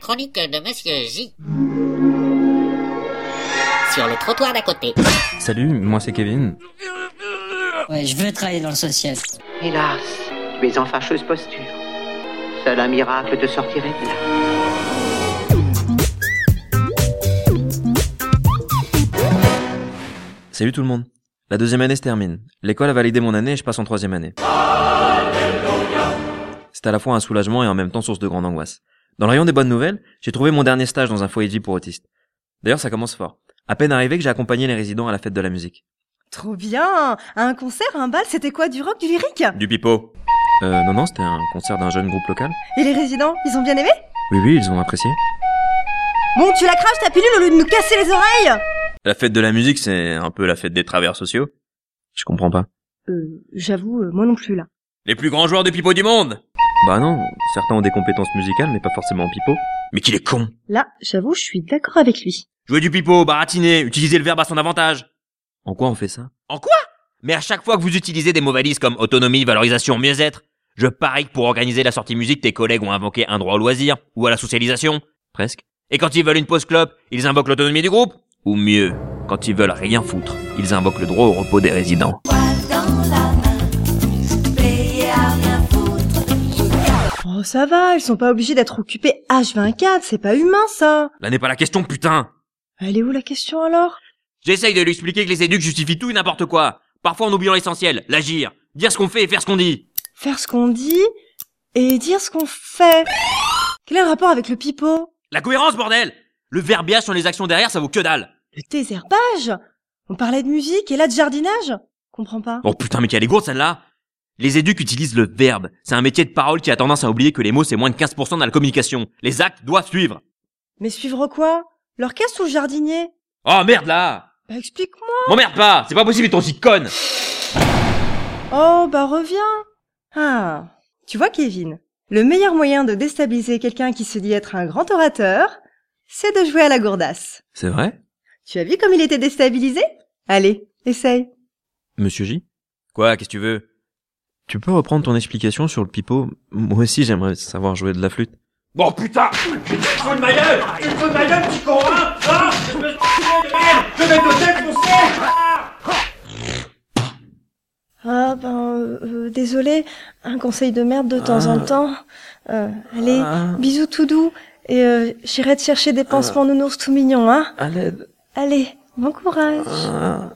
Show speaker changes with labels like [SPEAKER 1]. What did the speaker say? [SPEAKER 1] chronique de Monsieur J. Sur le trottoir d'à côté.
[SPEAKER 2] Salut, moi c'est Kevin.
[SPEAKER 3] Ouais, je veux travailler dans le social.
[SPEAKER 4] Hélas, tu es en fâcheuse posture. Seul un miracle te sortirait de là.
[SPEAKER 2] Salut tout le monde. La deuxième année se termine. L'école a validé mon année et je passe en troisième année. C'est à la fois un soulagement et en même temps source de grande angoisse. Dans le rayon des bonnes nouvelles, j'ai trouvé mon dernier stage dans un foyer de vie pour autistes. D'ailleurs, ça commence fort. À peine arrivé que j'ai accompagné les résidents à la fête de la musique.
[SPEAKER 5] Trop bien À un concert, un bal, c'était quoi Du rock, du lyrique
[SPEAKER 2] Du pipeau Euh, non, non, c'était un concert d'un jeune groupe local.
[SPEAKER 5] Et les résidents, ils ont bien aimé
[SPEAKER 2] Oui, oui, ils ont apprécié.
[SPEAKER 5] Bon, tu la craches ta pilule au lieu de nous casser les oreilles
[SPEAKER 2] La fête de la musique, c'est un peu la fête des travers sociaux. Je comprends pas.
[SPEAKER 5] Euh, j'avoue, euh, moi non plus, là.
[SPEAKER 2] Les plus grands joueurs de pipeau du monde Bah non, certains ont des compétences musicales, mais pas forcément en pipeau. Mais qu'il est con
[SPEAKER 5] Là, j'avoue, je suis d'accord avec lui.
[SPEAKER 2] Jouer du pipeau, baratiner, utiliser le verbe à son avantage. En quoi on fait ça En quoi Mais à chaque fois que vous utilisez des mots valises comme autonomie, valorisation, mieux-être, je parie que pour organiser la sortie musique, tes collègues ont invoqué un droit au loisir ou à la socialisation. Presque. Et quand ils veulent une pause clope, ils invoquent l'autonomie du groupe. Ou mieux, quand ils veulent rien foutre, ils invoquent le droit au repos des résidents.
[SPEAKER 5] Oh, ça va, ils sont pas obligés d'être occupés H24, c'est pas humain, ça
[SPEAKER 2] Là n'est pas la question, putain
[SPEAKER 5] Elle est où la question, alors
[SPEAKER 2] J'essaye de lui expliquer que les éducs justifient tout et n'importe quoi. Parfois en oubliant l'essentiel, l'agir, dire ce qu'on fait et faire ce qu'on dit.
[SPEAKER 5] Faire ce qu'on dit et dire ce qu'on fait. Quel est le rapport avec le pipeau
[SPEAKER 2] La cohérence, bordel Le verbiage sur les actions derrière, ça vaut que dalle
[SPEAKER 5] Le désherbage On parlait de musique et là de jardinage Comprends pas.
[SPEAKER 2] Oh putain, mais qu'elle est gourde celle-là Les éducs utilisent le verbe. C'est un métier de parole qui a tendance à oublier que les mots c'est moins de 15% dans la communication. Les actes doivent suivre.
[SPEAKER 5] Mais suivre quoi L'orchestre ou le jardinier
[SPEAKER 2] Oh merde là
[SPEAKER 5] Bah explique-moi
[SPEAKER 2] M'emmerde pas C'est pas possible, ils sont si conne
[SPEAKER 5] Oh bah reviens Ah Tu vois Kevin, le meilleur moyen de déstabiliser quelqu'un qui se dit être un grand orateur, c'est de jouer à la gourdasse.
[SPEAKER 2] C'est vrai
[SPEAKER 5] Tu as vu comme il était déstabilisé Allez, essaye
[SPEAKER 2] Monsieur J Quoi, qu'est-ce que tu veux Tu peux reprendre ton explication sur le pipeau Moi aussi j'aimerais savoir jouer de la flûte.
[SPEAKER 6] Bon putain Tu te fous de ma gueule Tu te fous de ma gueule, petit con, hein Hein Espèce de con de merde Je vais te défoncer
[SPEAKER 5] Ah ben, euh, euh, désolé, un conseil de merde de temps en
[SPEAKER 2] Ah.
[SPEAKER 5] temps. Euh, allez,
[SPEAKER 2] Ah.
[SPEAKER 5] bisous tout doux, et euh, j'irai te chercher des pansements nounours tout mignons, hein
[SPEAKER 2] À l'aide
[SPEAKER 5] Allez, bon courage
[SPEAKER 2] Ah.